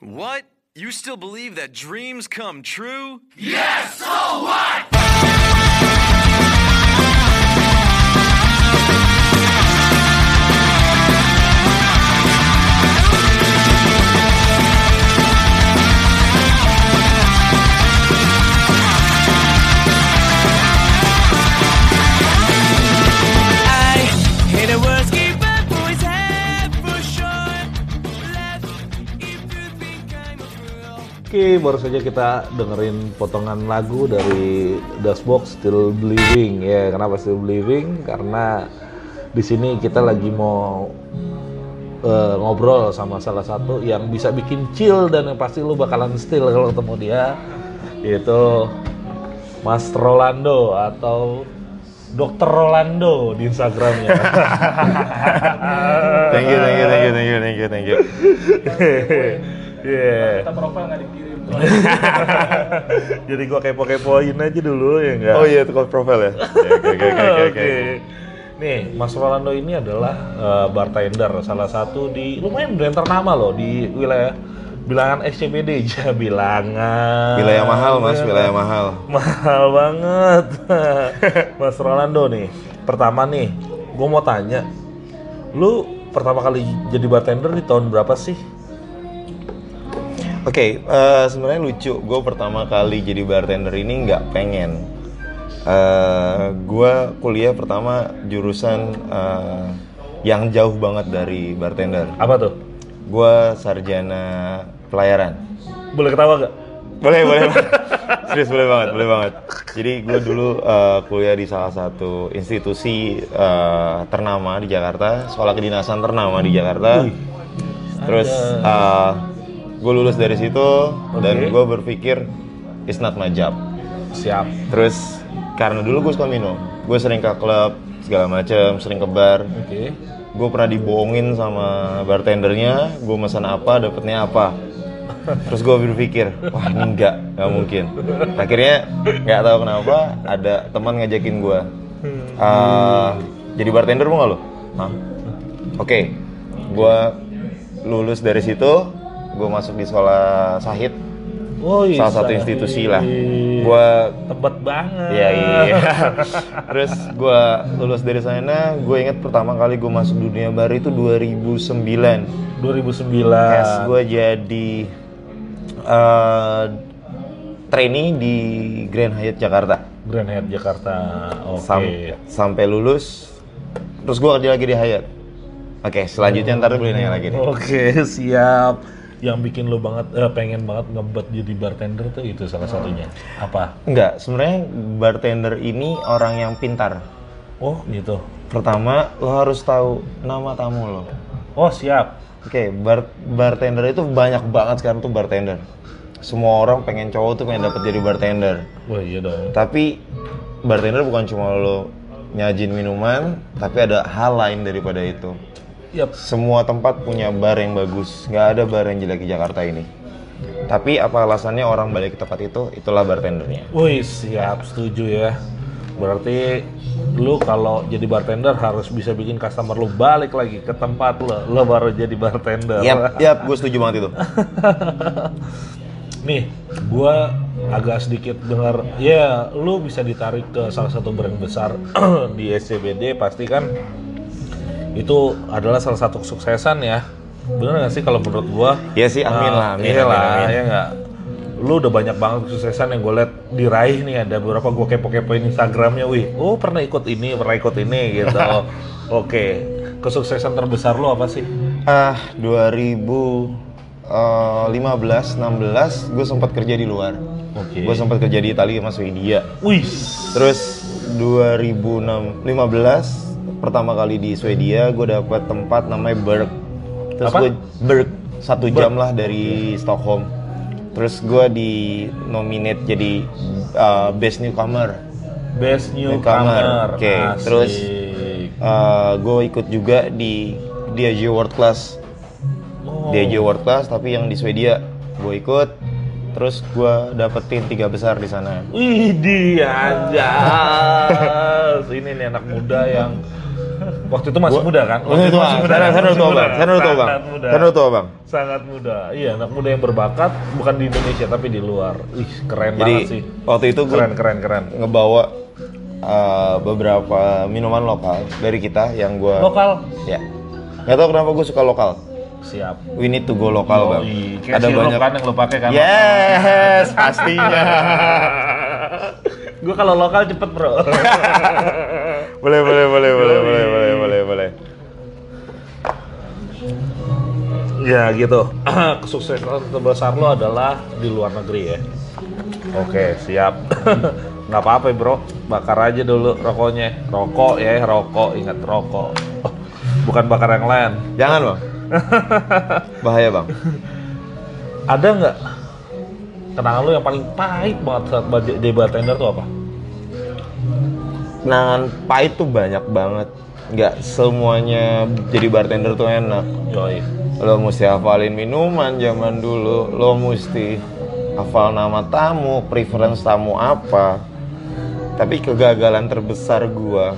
What? You still believe that dreams come true? I hit a words keep a boy's head for sure. Left if you think I'm a fool. Oke, baru saja kita dengerin potongan lagu dari Dashbox Still Believing. Ya, kenapa Still Believing? Karena di sini kita lagi mau eh, ngobrol sama salah satu yang bisa bikin chill dan yang pasti lu bakalan still kalau ketemu dia, yaitu Mas Rolando atau Dokter Rolando di Instagramnya. Thank you, thank you, thank you, thank you, thank you, thank you. Yeah. Jadi gua kepo-kepoin aja dulu ya enggak. Oh iya, itu call profile ya. Oke, oke, oke, oke, oke. Nih, Mas Rolando ini adalah eh, bartender salah satu di lumayan brand ternama loh di wilayah bilangan SCBD aja Iya, bilangan. Wilayah mahal, Mas, wilayah mahal. Mahal banget. Mas Rolando nih, pertama nih, gue mau tanya, lu pertama kali jadi bartender di tahun berapa sih? Oke, eh, sebenarnya lucu. Gue pertama kali jadi bartender ini nggak pengen. Eh, gue kuliah pertama jurusan eh, yang jauh banget dari bartender. Apa tuh? Gue sarjana pelayaran. Boleh ketawa gak? boleh boleh serius boleh banget boleh banget jadi gue dulu eh, kuliah di salah satu institusi eh, ternama di Jakarta sekolah kedinasan ternama di Jakarta terus gue lulus dari situ dan Oke. gue berpikir it's not my job Siap. terus karena dulu gue suka minum gue sering ke klub segala macem sering ke bar Oke. gue pernah dibohongin sama bartendernya gue pesan apa dapetnya apa terus gue berpikir wah ini enggak nggak mungkin akhirnya nggak tahu kenapa ada teman ngajakin gue "Eh, jadi bartender mau nggak lo Hah? oke gue lulus dari situ gue masuk di sekolah sahid Woi, salah satu Sahid. institusi lah gue Oh, iya. Tebet banget. Iya iya. Terus gue lulus dari sana, gue inget pertama kali gue masuk dunia bar itu 2009. 2009. Yes, Ah. gue jadi eh, trainee di Grand Hyatt Jakarta. Grand Hyatt Jakarta. Oke. Sam- sampai lulus, terus gue kerja lagi di Hyatt. Oke, selanjutnya ntar boleh nanya lagi nih. Oke, siap. Yang bikin lo banget eh, pengen banget ngebet jadi bartender tuh itu salah satunya. Apa? Enggak, sebenarnya bartender ini orang yang pintar. Oh, gitu. Pertama, lo harus tahu nama tamu lo. Oh, siap. Oke, bar- bartender itu banyak banget sekarang tuh bartender. Semua orang pengen cowok tuh pengen dapat jadi bartender. Wah, iya dong. Tapi bartender bukan cuma lo nyajin minuman, tapi ada hal lain daripada itu. Yap. Semua tempat punya bar yang bagus, nggak ada bar yang jelek di Jakarta ini. Tapi apa alasannya orang balik ke tempat itu? Itulah bartendernya. Woi, siap, setuju ya. Berarti lu kalau jadi bartender harus bisa bikin customer lu balik lagi ke tempat lo. Lo baru jadi bartender. Yap, yap, gue setuju banget itu. Nih, gua agak sedikit dengar ya lu bisa ditarik ke salah satu brand besar di SCBD pasti kan itu adalah salah satu kesuksesan ya. Bener gak sih kalau menurut gua? Ya sih, amin lah, amin, iya amin, lah, amin. ya nggak? Lu udah banyak banget kesuksesan yang gue liat diraih nih ada beberapa gue kepo-kepoin Instagramnya, wih, oh pernah ikut ini, pernah ikut ini gitu. Oke, kesuksesan terbesar lu apa sih? Ah, eh, 2015, 16, gue sempat kerja di luar. Oke. Gue sempat kerja di Italia sama Swedia. Wih, Terus 2015 pertama kali di Swedia gue dapat tempat namanya Berg. Terus Apa? gue Berg satu jam lah dari Stockholm. Terus gue di nominate jadi uh, best newcomer. best newcomer. Newcomer, oke. Asik. Terus, Uh, gue ikut juga di Diageo World Class. Oh. Diageo World Class tapi yang di Swedia gue ikut. Terus gue dapetin tiga besar di sana. Wih dia aja. Ini nih anak muda yang Waktu itu masih Gua- muda kan? Waktu itu masih muda. Saya udah tua bang. Saya udah tua bang. Sangat muda. Saya udah tua bang. Sangat muda. Iya, anak muda yang berbakat bukan di Indonesia tapi di luar. Ih, keren Jadi banget sih. waktu itu gue Keren, keren, keren. ngebawa uh, beberapa minuman lokal dari kita yang gue Lokal Ya. Gak tau kenapa gue suka lokal. siap. We need to go lokal bang. Yoi, kayak sirup kan yang lo pakai kan? Yes, pastinya. Gue kalau lokal cepet bro. boleh, boleh, boleh, boleh, boleh, boleh, boleh, boleh. ya gitu. Kesuksesan terbesar lo adalah di luar negeri ya. Oke siap. Nggak apa-apa bro, bakar aja dulu rokoknya. Rokok ya, rokok ingat rokok. Bukan bakar yang lain. Jangan bang. Bahaya bang. Ada nggak kenangan lo yang paling pahit banget saat ba- jadi bartender tuh apa? Kenangan pahit tuh banyak banget. Nggak semuanya jadi bartender tuh enak. Yoi. Lo mesti hafalin minuman zaman dulu. Lo mesti hafal nama tamu, preference tamu apa. Tapi kegagalan terbesar gua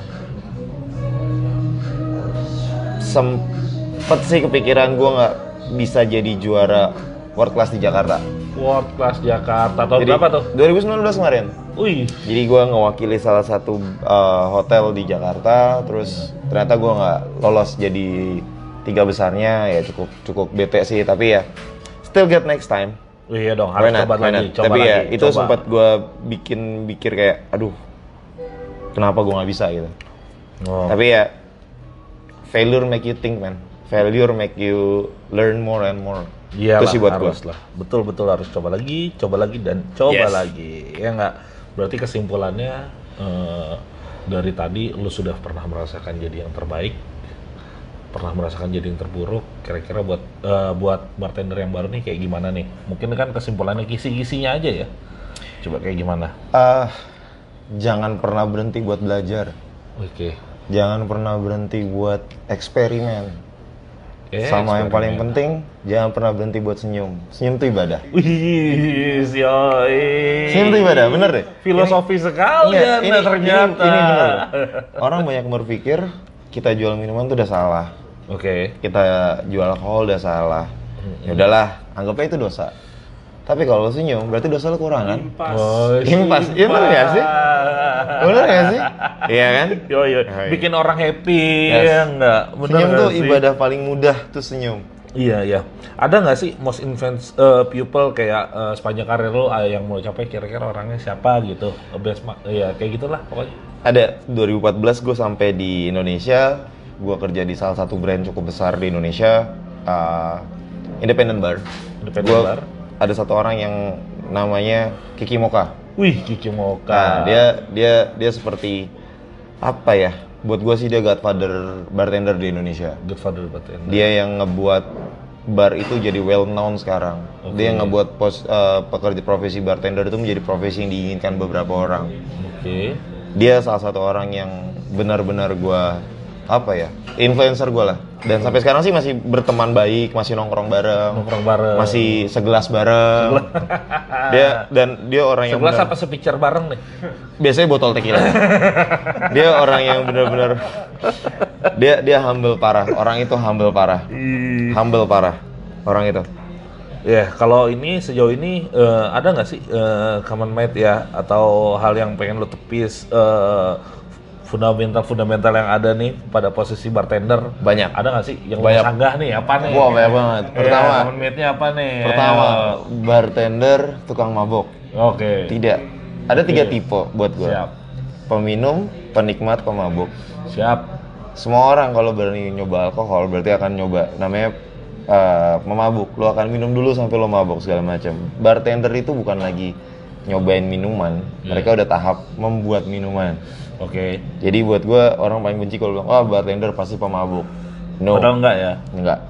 sempet sih kepikiran gua nggak bisa jadi juara world class di Jakarta. World Class Jakarta tahun Jadi, berapa tuh? 2019 kemarin. Wih, Jadi gua ngewakili salah satu uh, hotel di Jakarta, terus ternyata gua nggak lolos jadi tiga besarnya, ya cukup cukup bete sih, tapi ya still get next time. Wih, iya dong harus Why not? coba Why lagi. not? Coba tapi lagi. ya itu coba. sempat gua bikin pikir kayak, aduh, kenapa gua nggak bisa gitu. Oh. Tapi ya failure make you think man, failure make you learn more and more. Iya itu sih buat gua. harus lah. Betul betul harus coba lagi, coba lagi dan coba Yes. lagi. Ya nggak. Berarti kesimpulannya eh, dari tadi lu sudah pernah merasakan jadi yang terbaik, pernah merasakan jadi yang terburuk. Kira-kira buat eh, buat bartender yang baru nih kayak gimana nih? Mungkin kan kesimpulannya kisi-kisinya aja ya. Coba kayak gimana? Ah, jangan pernah berhenti buat belajar. Oke. Jangan pernah berhenti buat eksperimen. Eh, Sama eksperimen. yang paling penting, jangan pernah berhenti buat senyum. Senyum itu ibadah. Wih, yoi. Senyum itu ibadah, bener deh. Filosofi sekali ya Iya, Anda ternyata. Ini, ini bener. Orang banyak berpikir kita jual minuman itu udah salah, Oke. kita jual alkohol udah salah. Ya udahlah, anggapnya itu dosa. Tapi kalau lo senyum, berarti dosa lo kurang kan? Oh, Impas, iya bener gak sih? Bener gak sih? Iya kan? Yo yo, Hai. bikin orang happy Yes. ya enggak? Bener Senyum nggak tuh sih? ibadah paling mudah tuh senyum. Iya iya. Ada nggak sih most influence eh, people kayak eh, sepanjang karir lo eh, yang mau capai kira-kira orangnya siapa gitu? Eh, Best ma- ya kayak gitulah pokoknya. Ada 2014 gue sampai di Indonesia, gue kerja di salah satu brand cukup besar di Indonesia, uh, Independent Bar. Independent Gua- Bar. Ada satu orang yang namanya Kiki Moka. Wih, Kiki Moka. Nah, dia dia dia seperti apa ya? Buat gue sih dia godfather bartender di Indonesia. Godfather Batin. Dia yang ngebuat bar itu jadi well known sekarang. Dia yang ngebuat pos, uh, pekerja profesi bartender itu menjadi profesi yang diinginkan beberapa orang Oke. dia salah satu orang yang benar-benar gua apa ya influencer gua lah dan sampai sekarang sih masih berteman baik masih nongkrong bareng Nongkrong bareng. masih segelas bareng dia dan dia orang yang Sebelas benar- apa sepicture bareng nih? biasanya botol tequila dia orang yang benar-benar dia dia humble parah orang itu humble parah humble parah orang itu Ya, kalau ini sejauh ini eh, ada nggak sih eh, common mate ya atau hal yang pengen lo tepis eh, fundamental fundamental yang ada nih pada posisi bartender? Banyak. Ada nggak sih yang Banyak. lo sanggah nih apa nih? Wah, banyak banget. Ya, Pertama. common mate-nya apa nih? pertama bartender tukang mabok Ayo. Oke. tidak ada tiga tipe buat Iya. Siap. gua peminum penikmat pemabuk Siap. semua orang kalau berani nyoba alkohol berarti akan nyoba namanya uh, memabuk lo akan minum dulu sampai lo mabuk segala macam bartender itu bukan lagi nyobain minuman mereka udah tahap membuat minuman Oke. jadi buat gue orang paling benci kalau bilang wah bartender pasti pemabuk no Padahal enggak ya? enggak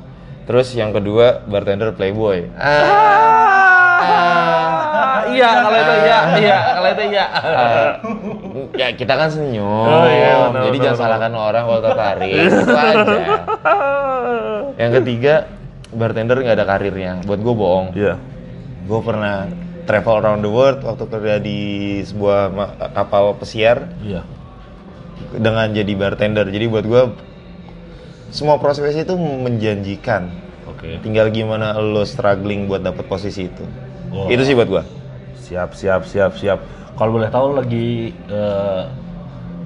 terus yang kedua bartender playboy ah, Ah, iya kalau itu iya, iya kalau itu iya. Ah. ya kita kan senyum Oh, iya, benar, jadi benar, jangan salahkan orang kalau tertarik itu aja yang ketiga bartender nggak ada karirnya buat gue bohong Iya. gue pernah travel around the world waktu kerja di sebuah ma- kapal pesiar Iya. dengan jadi bartender. Jadi buat gue semua proses itu menjanjikan. Oke. Tinggal gimana lo struggling buat dapet posisi itu. Wah. Itu sih buat gue. Siap, siap, siap, siap. Kalau boleh tahu lagi eh,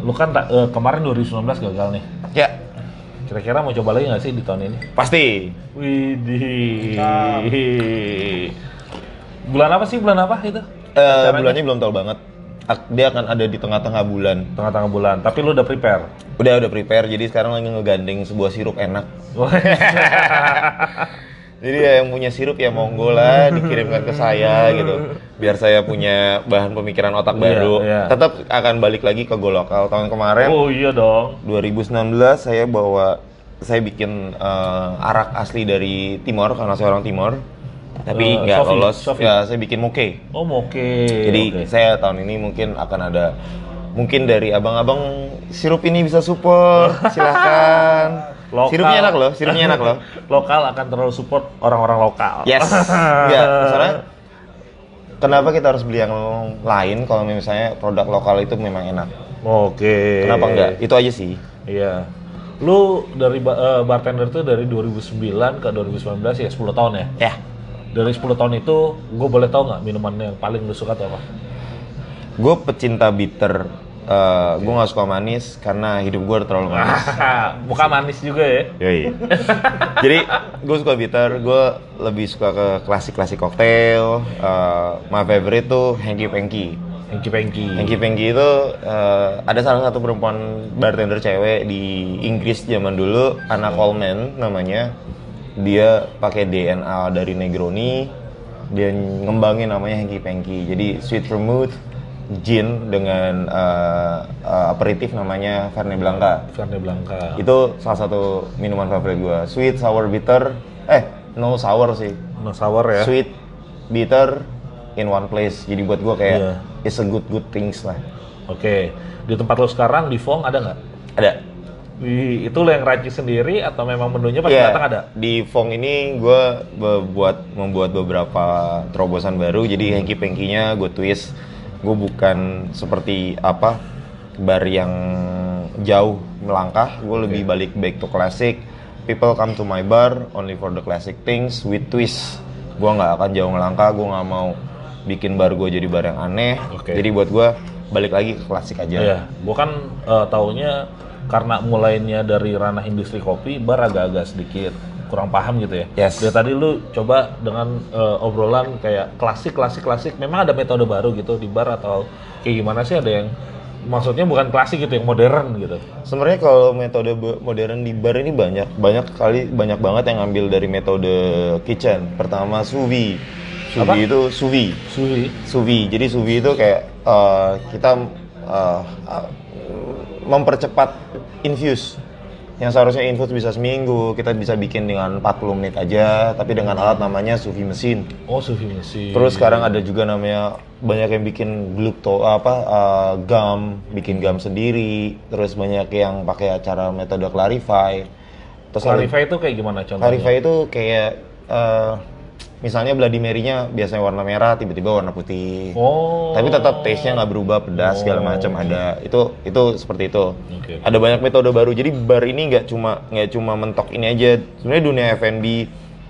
lu kan ta- eh, kemarin 2019 gagal nih. Ya Kira-kira mau coba lagi nggak sih di tahun ini? pasti. Widih. Bulan apa sih? Bulan apa itu? Eh, bulannya belum tahu banget. Ak- Dia akan ada di tengah-tengah bulan. Tengah-tengah bulan. Tapi lu udah prepare. Udah udah prepare. Jadi sekarang lagi ngegandeng sebuah sirup enak. Oh, Jadi ya yang punya sirup ya monggo lah dikirimkan ke saya gitu. Biar saya punya bahan pemikiran otak Iya, baru. iya. Tetap akan balik lagi ke Go Lokal tahun kemarin. oh iya dong. 2019 saya bawa saya bikin eh, arak asli dari Timor karena saya orang Timor. Eh, Tapi nggak Sofi, lolos. Sofi. Ya, saya bikin moke. Oh oke. Jadi Oke. saya tahun ini mungkin akan ada mungkin dari abang-abang sirup ini bisa support, silahkan. Lokal. Sirupnya enak loh, sirupnya enak loh. lokal akan terlalu support orang-orang lokal. Yes. Iya, soalnya kenapa kita harus beli yang lain kalau misalnya produk lokal itu memang enak? Oke. Kenapa enggak? Itu aja sih. Iya. Lu dari ba- eh, bartender tuh dari 2009 ke 2019 ya 10 tahun ya. Ya. Dari 10 tahun itu gue boleh tahu nggak minuman yang paling lu suka tuh apa? Gue pecinta bitter. gue nggak suka manis karena hidup gue terlalu manis. Muka manis juga ya. Yoi. Jadi gue suka bitter, gue lebih suka ke klasik-klasik cocktail. Eh, my favorite tuh Hanky Panky. Hengki pengki. Hanky Panky itu eh, ada salah satu perempuan bartender cewek di Inggris zaman dulu, Hmm. Anna Coleman namanya. Dia pakai DNA dari Negroni, dia ngembangin namanya Hanky Panky. Jadi sweet vermouth, gin dengan eh, eh, aperitif namanya Verne Blanca Verne Blanca. itu salah satu minuman favorit gue sweet sour bitter eh no sour sih No sour ya. sweet bitter in one place jadi buat gue kayak Iya. it's a good good things lah Oke. Di tempat lu sekarang di Fong ada nggak? ada Di- Itu lu yang racik sendiri atau memang menunya pas Iya, datang ada? di Fong ini gue buat membuat beberapa terobosan baru Hmm. jadi hanky pankynya gue twist gue bukan seperti apa bar yang jauh melangkah gue lebih balik back to classic people come to my bar only for the classic things with twist gue nggak akan jauh melangkah gue nggak mau bikin bar gue jadi bar yang aneh Oke. jadi buat gue balik lagi ke klasik aja Iya, gua kan eh, taunya karena mulainya dari ranah industri kopi, bar agak-agak sedikit kurang paham gitu ya. Yes. Dari tadi lu coba dengan eh, obrolan kayak klasik, klasik, klasik. Memang ada metode baru gitu di bar atau kayak gimana sih ada yang maksudnya bukan klasik gitu, yang modern gitu. Sebenarnya kalau metode be- modern di bar ini banyak, banyak kali banyak banget yang ngambil dari metode kitchen. Pertama sous vide. Sous vide itu sous vide. Suhi. Sous vide. Jadi sous vide itu kayak eh, kita eh, eh, mempercepat infuse. Yang seharusnya infuse bisa seminggu, kita bisa bikin dengan 40 menit aja, tapi dengan alat namanya sous vide mesin. Oh, Suhi masih. Terus sekarang ada juga namanya banyak yang bikin glukto apa uh, gum, bikin gum sendiri. Terus banyak yang pakai acara metode clarify. Terus ada- Clarify itu kayak gimana contohnya? clarify itu kayak uh, misalnya Bloody Mary-nya biasanya warna merah, tiba-tiba warna putih. Oh. iya. Tapi tetap taste-nya nggak berubah, pedas segala macam ada. Itu itu seperti itu. Oke. Ada banyak metode baru. Jadi bar ini nggak cuma nggak cuma mentok ini aja. Sebenarnya dunia F&B,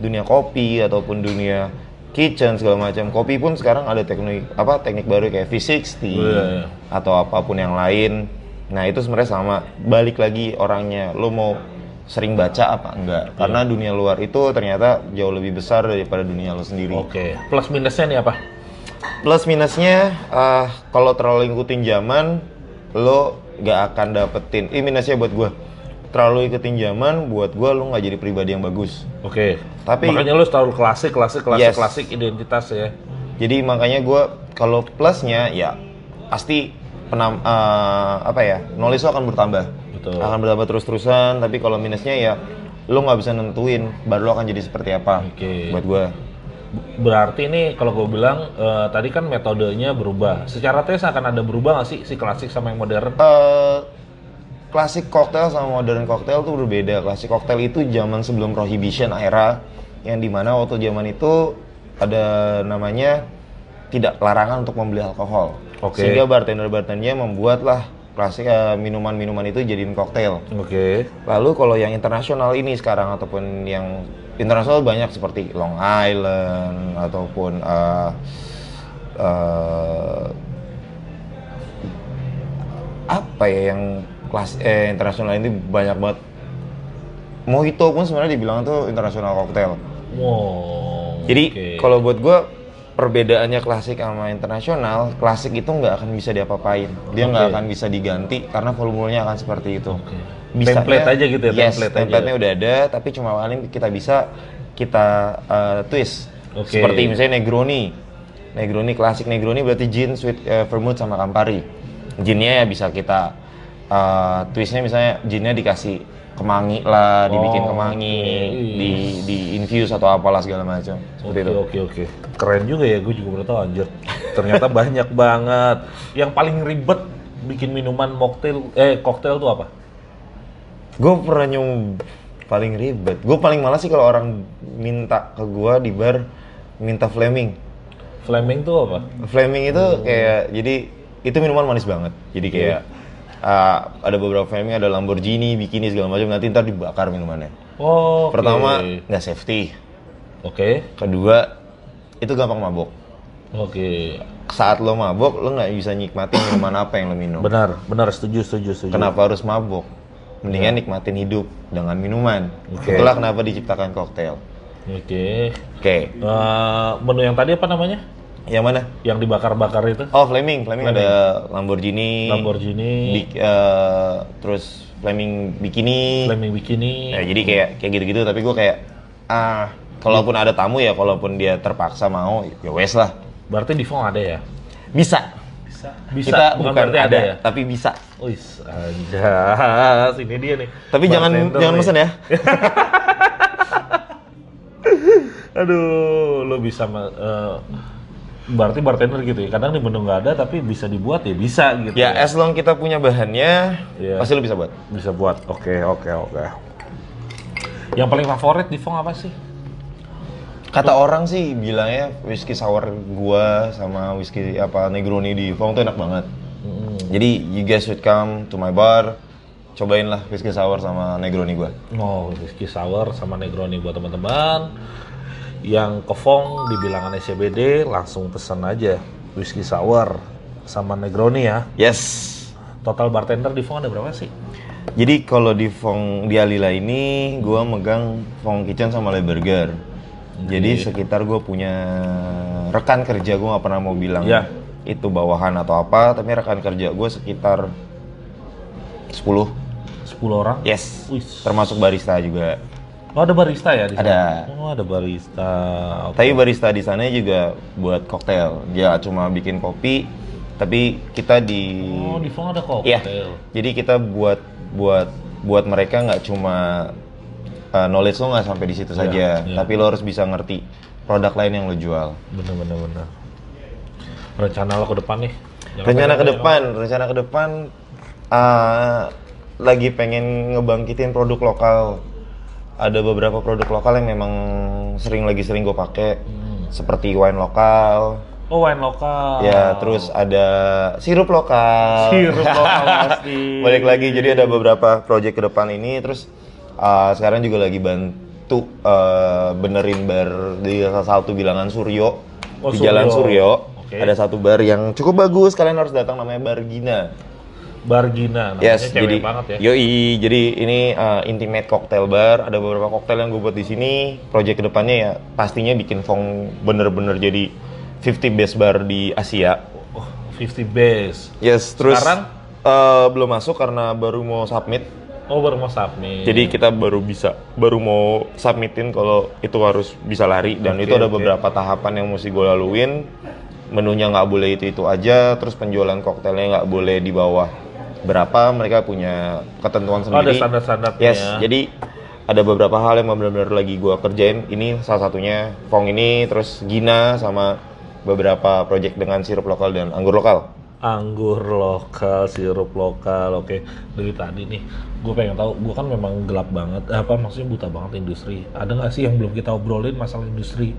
dunia kopi ataupun dunia kitchen segala macam. Kopi pun sekarang ada teknik apa teknik baru kayak V60 Iya, iya. atau apapun yang lain. Nah, itu sebenarnya sama. Balik lagi orangnya. Lo mau sering baca apa enggak? Karena dunia luar itu ternyata jauh lebih besar daripada dunia lo sendiri Oke. Plus minusnya nih apa? plus minusnya eh, kalau terlalu ngikutin zaman lo gak akan dapetin ini minusnya buat gue terlalu ikutin zaman buat gue lo nggak jadi pribadi yang bagus Oke. Tapi- makanya lu selalu klasik, klasik, klasik, Yes. klasik identitas ya. jadi makanya gue kalau plusnya ya pasti penam eh, apa ya knowledge lo akan bertambah Betul. akan bertambah terus terusan tapi kalau minusnya ya lo nggak bisa nentuin baru lo akan jadi seperti apa Oke. buat gue Berarti ini kalau gue bilang eh, tadi kan metodenya berubah. Secara tes akan ada berubah nggak sih si klasik sama yang modern? eh klasik koktail sama modern koktail tuh berbeda. Klasik koktail itu zaman sebelum prohibition era yang dimana waktu zaman itu ada namanya tidak larangan untuk membeli alkohol. Oke. Sehingga bartender-bartendernya membuatlah klasik eh, minuman-minuman itu jadiin koktail. Oke. Lalu kalau yang internasional ini sekarang ataupun yang internasional banyak seperti Long Island ataupun eh, eh, apa ya yang kelas eh, internasional ini banyak banget. Mojito pun sebenarnya dibilang tuh internasional cocktail. Wow. Jadi oke. kalau buat gua perbedaannya klasik sama internasional, klasik itu nggak akan bisa diapa-apain. Dia nggak akan bisa diganti karena volumenya akan seperti itu. Bisanya- Template aja gitu ya, Yes, template aja. template-nya udah ada, tapi cuma paling kita bisa kita eh, twist. Oke. Seperti misalnya Negroni. Negroni klasik Negroni berarti gin, sweet eh, vermouth sama Campari. Ginnya ya bisa kita eh, twistnya misalnya ginnya dikasih kemangi lah, dibikin Oh, kemangi, oke. di di infuse atau apalah segala macam. Seperti Oke itu. oke oke. Keren juga ya, gue juga baru tahu anjir. Ternyata banyak banget. Yang paling ribet bikin minuman mocktail eh koktail tuh apa? Gue pernah nyoba paling ribet. Gue paling malas sih kalau orang minta ke gue di bar minta flaming. Flaming tuh apa? Flaming itu Oh. kayak jadi itu minuman manis banget. Jadi kayak ah, ada beberapa flaming ada Lamborghini, bikini segala macam nanti ntar dibakar minumannya. Oh. Pertama Oke. nggak safety. Oke. Kedua itu gampang mabok. Saat lo mabok lo nggak bisa nikmatin minuman apa yang lo minum. Benar, benar setuju setuju setuju. Kenapa harus mabok? Mendingan nikmatin hidup dengan minuman. Ya. Oke. Itulah kenapa diciptakan koktail. Oke. Oke, Eh, menu yang tadi apa namanya? yang mana? Yang dibakar-bakar itu? Oh, Flaming. Flaming ada Lamborghini. Lamborghini, Bi- eh, terus Flaming bikini. Flaming bikini. Ya, jadi kayak kayak gitu-gitu tapi gue kayak ah kalaupun ada tamu ya kalaupun dia terpaksa mau ya wes lah. Berarti di Fong ada ya? Bisa. Bisa. Kita bukan, bukan, berarti ada, ya? tapi bisa. Wis, anjas, ini dia nih. Tapi jangan Bartender jangan nih. mesen ya. Aduh, lo bisa ma- eh, berarti bartender gitu ya. Kadang di menu nggak ada tapi bisa dibuat ya, bisa gitu. Ya as long kita punya bahannya Iya. pasti lo bisa buat. bisa buat. Oke, oke, oke. Yang paling favorit di Fong apa sih? Kata orang sih bilangnya whisky sour gua sama whisky apa Negroni di Fong tuh enak banget. Jadi you guys should come to my bar, cobain lah whisky sour sama Negroni gua. Oh, whisky sour sama Negroni buat teman-teman. Yang ke Fong di bilangan SCBD langsung pesan aja whisky sour sama Negroni ya. Yes. Total bartender di Fong ada berapa sih? Jadi kalau di Fong di Alila ini gua megang Fong Kitchen sama Le Burger. Jadi sekitar gua punya rekan kerja gua nggak pernah mau bilang Iya. itu bawahan atau apa, tapi rekan kerja gua sekitar 10. 10 orang. Yes. Wih. Termasuk barista juga. Oh, ada barista ya di sana? Ada. Oh, ada barista. Oke. Tapi barista di sana juga buat koktail. Dia cuma bikin kopi, tapi kita di Oh, di Fong ada koktail. Iya. Jadi kita buat buat buat mereka nggak cuma uh, knowledge lo nggak sampai di situ saja, iya. tapi lo harus bisa ngerti produk lain yang lo jual. Bener bener bener. Rencana lo ke depan nih. Jangan rencana ke pengen- depan, rencana ke depan uh, lagi pengen ngebangkitin produk lokal. Ada beberapa produk lokal yang memang sering lagi sering gue pakai, Hmm. seperti wine lokal. Oh, wine lokal. Ya, terus ada sirup lokal. Sirup lokal pasti. Oh. Balik lagi, jadi ada beberapa project ke depan ini. Terus uh, sekarang juga lagi bantu uh, benerin bar di salah satu bilangan Suryo. Oh, di Suryo. Jalan Suryo. Oke. Ada satu bar yang cukup bagus, kalian harus datang namanya Bar Gina. Bargina. Namanya Yes, cewek jadi banget ya. yoi, jadi ini uh, intimate cocktail bar. Ada beberapa koktail yang gue buat di sini. Project kedepannya ya pastinya bikin Fong bener-bener jadi 50 best bar di Asia. Oh, 50 base. Yes, terus Sekarang? eh, belum masuk karena baru mau submit. Oh, baru mau submit. Jadi kita baru bisa, baru mau submitin kalau itu harus bisa lari dan Oke, itu ada oke. beberapa tahapan yang mesti gue laluin. Menunya nggak boleh itu itu aja, terus penjualan koktelnya nggak boleh di bawah berapa. Mereka punya ketentuan Oh, ada sendiri. standar-standarnya. Yes, jadi ada beberapa hal yang benar-benar lagi gua kerjain. Ini salah satunya Fong ini, terus Gina sama beberapa project dengan sirup lokal dan anggur lokal. anggur lokal, sirup lokal, oke. Dari tadi nih, gue pengen tahu, gue kan memang gelap banget, Eh, apa maksudnya buta banget industri. Ada nggak sih yang belum kita obrolin masalah industri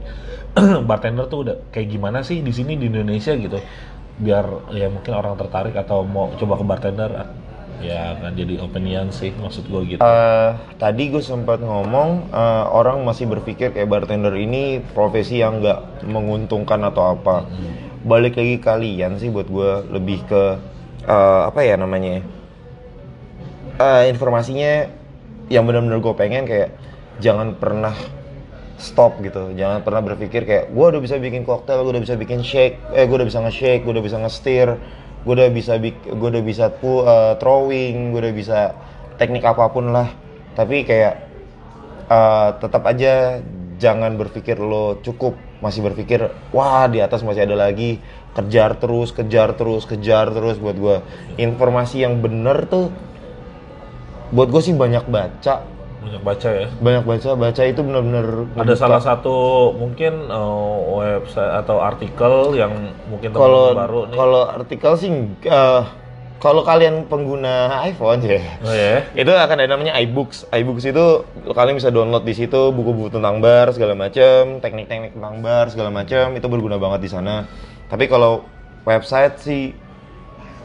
bartender tuh udah kayak gimana sih di sini di Indonesia gitu? biar ya mungkin orang tertarik atau mau coba ke bartender ya kan jadi opinion sih maksud gua gitu. Eh, tadi gue sempat ngomong eh, orang masih berpikir kayak bartender ini profesi yang nggak menguntungkan atau apa. Balik lagi kalian sih buat gue lebih ke eh, apa ya namanya? ya? Eh, informasinya yang benar-benar gue pengen kayak jangan pernah stop gitu jangan pernah berpikir kayak gue udah bisa bikin koktail gue udah bisa bikin shake eh gue udah bisa nge-shake gue udah bisa nge-steer gue udah bisa gue udah bisa pu- eh, throwing gue udah bisa teknik apapun lah tapi kayak eh, tetap aja jangan berpikir lo cukup masih berpikir wah di atas masih ada lagi kejar terus kejar terus kejar terus buat gue informasi yang bener tuh buat gue sih banyak baca Banyak baca ya. banyak baca baca itu bener-bener Ada salah satu mungkin eh, website atau artikel yang mungkin kalau teman-teman baru nih. kalau artikel sih eh, kalau kalian pengguna iPhone ya Oh, ya. itu akan ada namanya iBooks iBooks itu kalian bisa download di situ buku-buku tentang bar segala macam teknik-teknik tentang bar segala macam itu berguna banget di sana tapi kalau website sih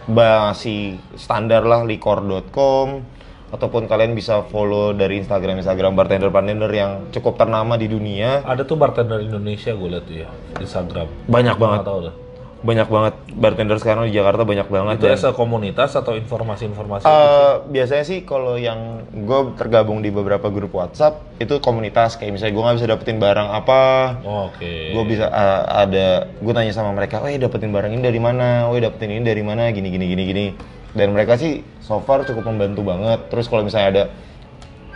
masih standar lah likor.com ataupun kalian bisa follow dari Instagram Instagram bartender bartender yang cukup ternama di dunia Ada tuh bartender Indonesia gue liat tuh ya Instagram. banyak banget Nggak tahu dah. banyak banget bartender sekarang di Jakarta banyak banget Itu dan- as a komunitas atau informasi-informasi? gitu? Eh, biasanya sih kalau yang gue tergabung di beberapa grup WhatsApp itu komunitas kayak misalnya gue nggak bisa dapetin barang apa, Oh, Oke. gue bisa eh, ada gue tanya sama mereka, weh dapetin barang ini dari mana, weh dapetin ini dari mana, gini gini gini gini. Dan mereka sih so far cukup membantu banget. Terus kalau misalnya ada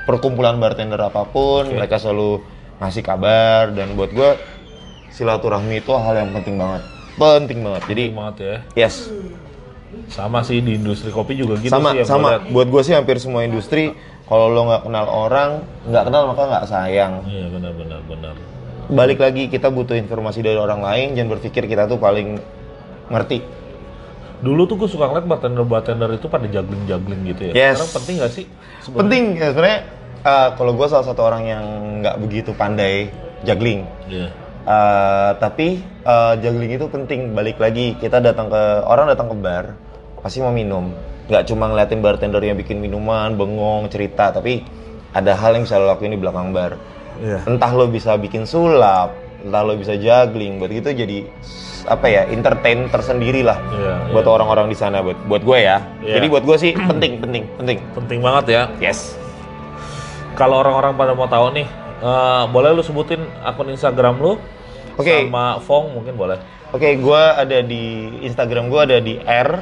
perkumpulan bartender apapun, mereka selalu ngasih kabar dan buat gue silaturahmi itu hal yang penting banget, penting banget. Jadi Penting banget ya. yes, Sama sih di industri kopi juga gitu sama sih. yang sama gua liat. buat gue sih hampir semua industri kalau lo nggak kenal orang nggak kenal maka nggak sayang Iya benar benar benar. balik lagi kita butuh informasi dari orang lain jangan berpikir kita tuh paling ngerti Dulu tuh gue suka ngeliat bartender-bartender itu pada juggling-juggling gitu ya. Yes. Sekarang penting nggak sih? Sebenarnya? penting ya, sebenarnya eh, kalau gue salah satu orang yang nggak begitu pandai juggling Iya. Eh, tapi eh, juggling itu penting balik lagi kita datang ke orang datang ke bar pasti mau minum nggak cuma ngeliatin bartender yang bikin minuman bengong cerita tapi ada hal yang bisa lo lakuin di belakang bar Iya. entah lo bisa bikin sulap entah lo bisa juggling buat itu jadi s- apa ya entertain tersendiri lah Iya, buat orang-orang di sana buat buat gue ya Iya. jadi buat gue sih penting penting penting Penting banget ya. yes Kalau orang-orang pada mau tahu nih, eh, boleh lu sebutin akun Instagram lu? Oke. Sama Fong mungkin boleh. Oke, gua ada di Instagram gua ada di r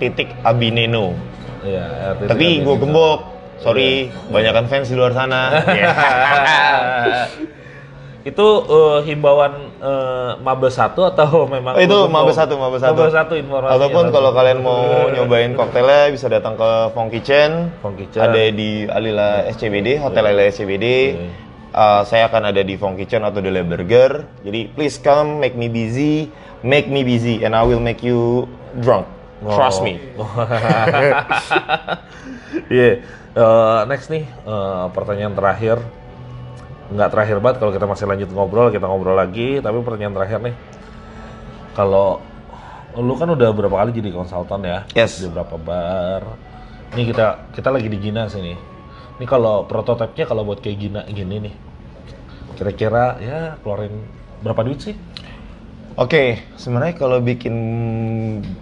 titik abineno. Iya. RTT Tapi Admin gua Insta. gembok. Iya. Sorry, banyakan fans di luar sana. Iya. itu eh, himbauan eh, Mabes 1 atau memang Oh, itu lu gembok? Mabes 1, Mabes 1. Mabes 1 informasi. Ataupun kalau kalian mau nyobain koktelnya bisa datang ke Fong Kitchen. Fong Kitchen. Iya. Ada di Alila SCBD, Hotel Alila SCBD. Uh, saya akan ada di Fong Kitchen atau The Lab Burger. Jadi please come, make me busy, make me busy, and I will make you drunk. Trust me. Iya. Eh, next nih eh, pertanyaan terakhir. Nggak terakhir banget kalau kita masih lanjut ngobrol, kita ngobrol lagi, tapi pertanyaan terakhir nih. Kalau lu kan udah berapa kali jadi konsultan ya? Yes. Di beberapa bar. Ini kita kita lagi di Gina sini. Ini kalau prototipenya kalau buat kayak Gina gini nih. Kira-kira ya keluarin berapa duit sih? Oke, sebenarnya kalau bikin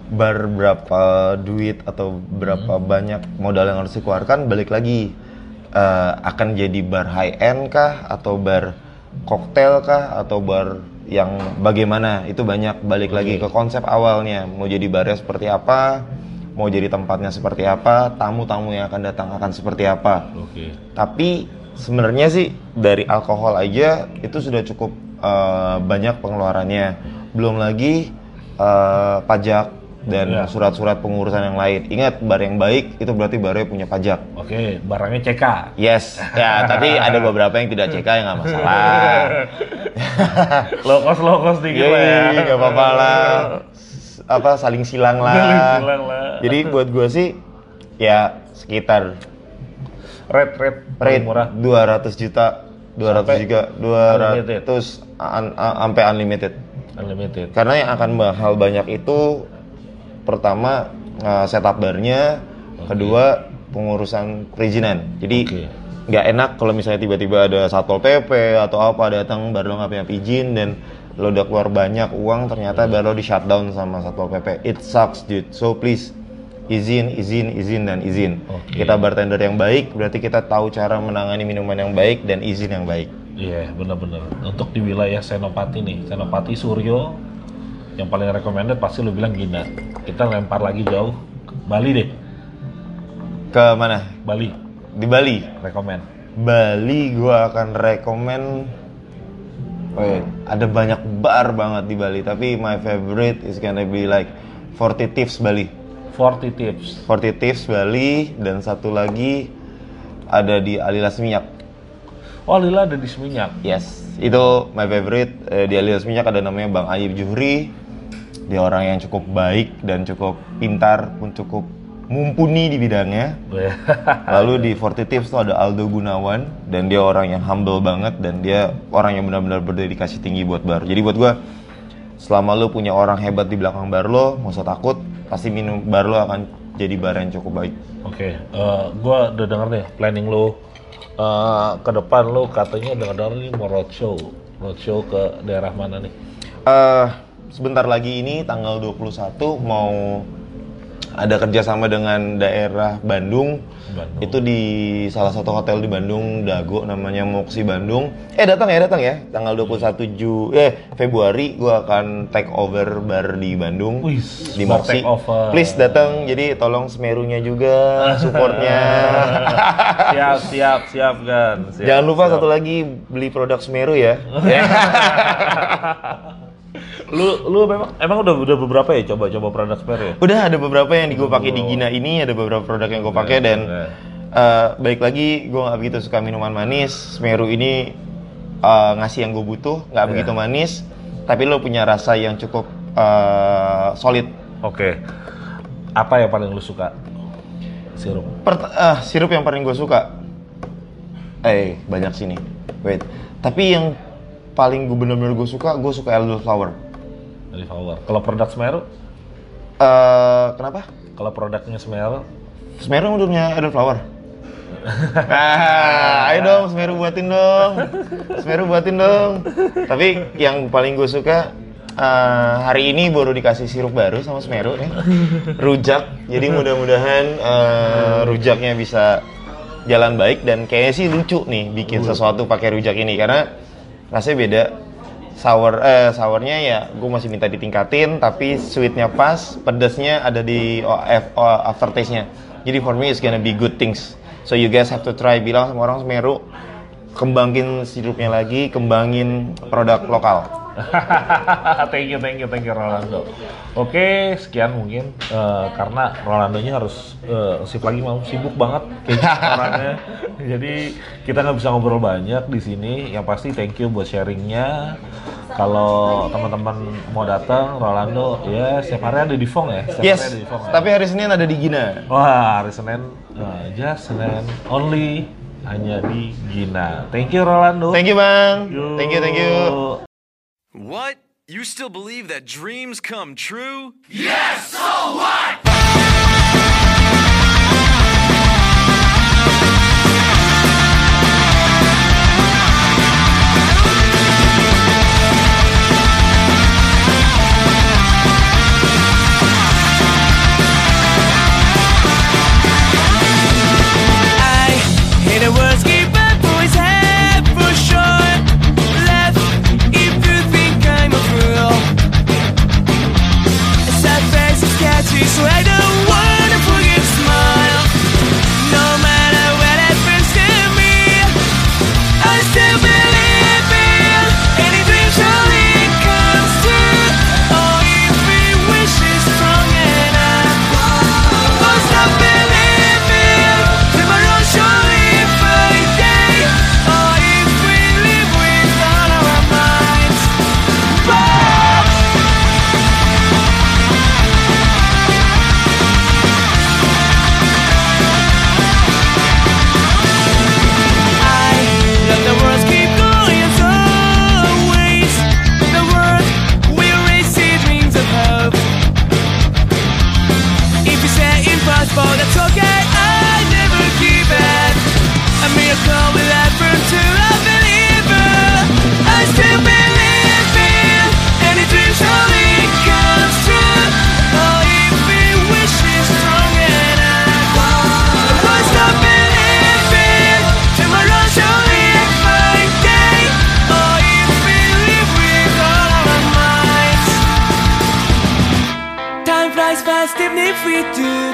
bar berapa duit atau berapa banyak modal yang harus dikeluarkan, balik lagi Eh, akan jadi bar high end kah atau bar koktail kah atau bar yang bagaimana itu banyak balik lagi ke konsep awalnya mau jadi barnya seperti apa mau jadi tempatnya seperti apa tamu-tamu yang akan datang akan seperti apa Oke. tapi sebenarnya sih dari alkohol aja itu sudah cukup eh, banyak pengeluarannya belum lagi eh, pajak Iya. dan surat-surat pengurusan yang lain ingat bar yang baik itu berarti barnya punya pajak Oke, barangnya CK. yes ya tapi ada beberapa yang tidak CK yang nggak masalah Lokos lokos dikit lah ya. Yeay, Iya, nggak apa-apa lah S- apa saling silang lah Saling silang lah. jadi buat gue sih ya sekitar Red red rate paling murah. 200 juta 200 juga 200 unlimited. un- un- sampai unlimited Unlimited. karena yang akan mahal banyak itu pertama eh, setup barnya, kedua pengurusan perizinan. Oke. Jadi nggak enak kalau misalnya tiba-tiba ada satpol pp atau apa datang baru lo nggak punya izin dan lo udah keluar banyak uang Iya. ternyata baru lo di shutdown sama satpol pp. It sucks dude. So please izin, izin, izin dan izin. Oke. Kita bartender yang baik berarti kita tahu cara menangani minuman yang baik dan izin yang baik. Iya, benar-benar. Untuk di wilayah Senopati nih, Senopati Suryo yang paling recommended pasti lu bilang Gina. Kita lempar lagi jauh Bali deh, Ke mana? Bali Di Bali. recommend. Bali gua akan rekomen oh iya, ada banyak bar banget di Bali tapi my favorite is gonna be like 40 Tips Bali 40 tips. 40 Tips Bali dan satu lagi ada di Alilas Minyak Oh, Lila ada di Seminyak. yes itu my favorite Eh, di Alilas Minyak ada namanya Bang Ayib Juhri dia orang yang cukup baik dan cukup pintar pun cukup mumpuni di bidangnya Lalu di 40 Tips tuh ada Aldo Gunawan dan dia orang yang humble banget dan dia orang yang benar-benar berdedikasi tinggi buat bar. Jadi buat gua selama lu punya orang hebat di belakang bar lo, nggak usah takut, pasti minum bar lo akan jadi bar yang cukup baik. Oke, eh, gua udah denger nih planning lu eh, ke depan lu katanya udah denger nih mau roadshow. Roadshow ke daerah mana nih? eh sebentar lagi ini tanggal 21 mau ada kerjasama dengan daerah Bandung. Bandung. Itu di salah satu hotel di Bandung, Dago namanya Moksi Bandung. Eh datang ya, datang ya. Tanggal 21 Ju eh Februari gua akan take over bar di Bandung. Wih, di bar Moksi. take over. Please datang. Jadi tolong Semerunya juga, supportnya. siap, siap, siap kan. Siap, Jangan lupa siap. satu lagi beli produk Semeru ya. lu lu memang emang udah udah beberapa ya coba-coba produk spare ya? Udah ada beberapa yang gue pakai di Gina ini, ada beberapa produk yang gue pakai dan Oke. eh, balik lagi gue nggak begitu suka minuman manis. Semeru ini eh, ngasih yang gue butuh, nggak begitu manis, tapi lo punya rasa yang cukup eh, solid. Oke. Apa yang paling lu suka? Sirup. Pert- ah, sirup yang paling gue suka, eh banyak sini. Wait, tapi yang paling gue bener-bener gue suka, gue suka elderflower. dari Flower. Kalau produk Semeru, Eh kenapa? kalau produknya Semeru, Semeru undurnya Elderflower. Ah, ayo dong Semeru buatin dong. Semeru buatin dong. Tapi yang paling gue suka eh, hari ini baru dikasih sirup baru sama Semeru nih. Rujak. Jadi mudah-mudahan eh, rujaknya bisa jalan baik dan kayaknya sih lucu nih bikin sesuatu pakai rujak ini karena rasanya beda. Sour eh sournya ya gue masih minta ditingkatin tapi sweetnya pas, pedasnya ada di o- F- o- aftertaste-nya. Jadi for me it's gonna be good things. So you guys have to try bilang sama orang Semeru kembangin sirupnya lagi, kembangin produk lokal. thank you, thank you, thank you Rolando. Oke, sekian mungkin eh, karena Rolandonya harus eh, sip lagi mau sibuk banget kayaknya orangnya. Jadi kita nggak bisa ngobrol banyak di sini. Yang pasti thank you buat sharingnya. Kalau teman-teman mau datang, Rolando ya setiap hari ada di Fong ya. Setiap Yes, hari ada di Fong. ya? tapi hari Senin ada di Gina. Wah, hari Senin eh, aja Senin only hanya di Gina. Thank you Rolando. Thank you bang, thank you thank you. What? You still believe that dreams come true? I hit a words keep back boys head for short left if you think I'm a fool. Sad face is catchy, so I Oh, Oh, Oh, Oh, best even if we do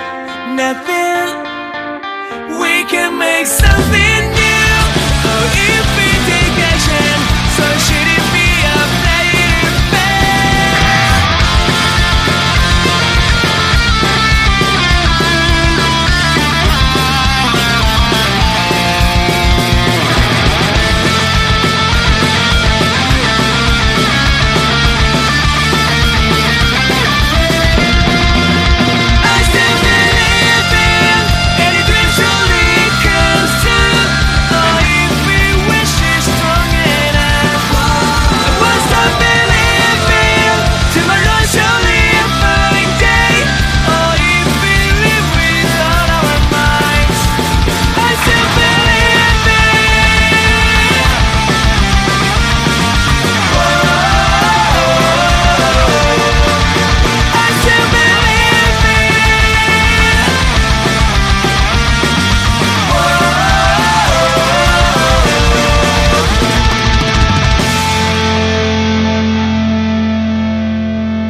nothing. We can make something new. Oh, if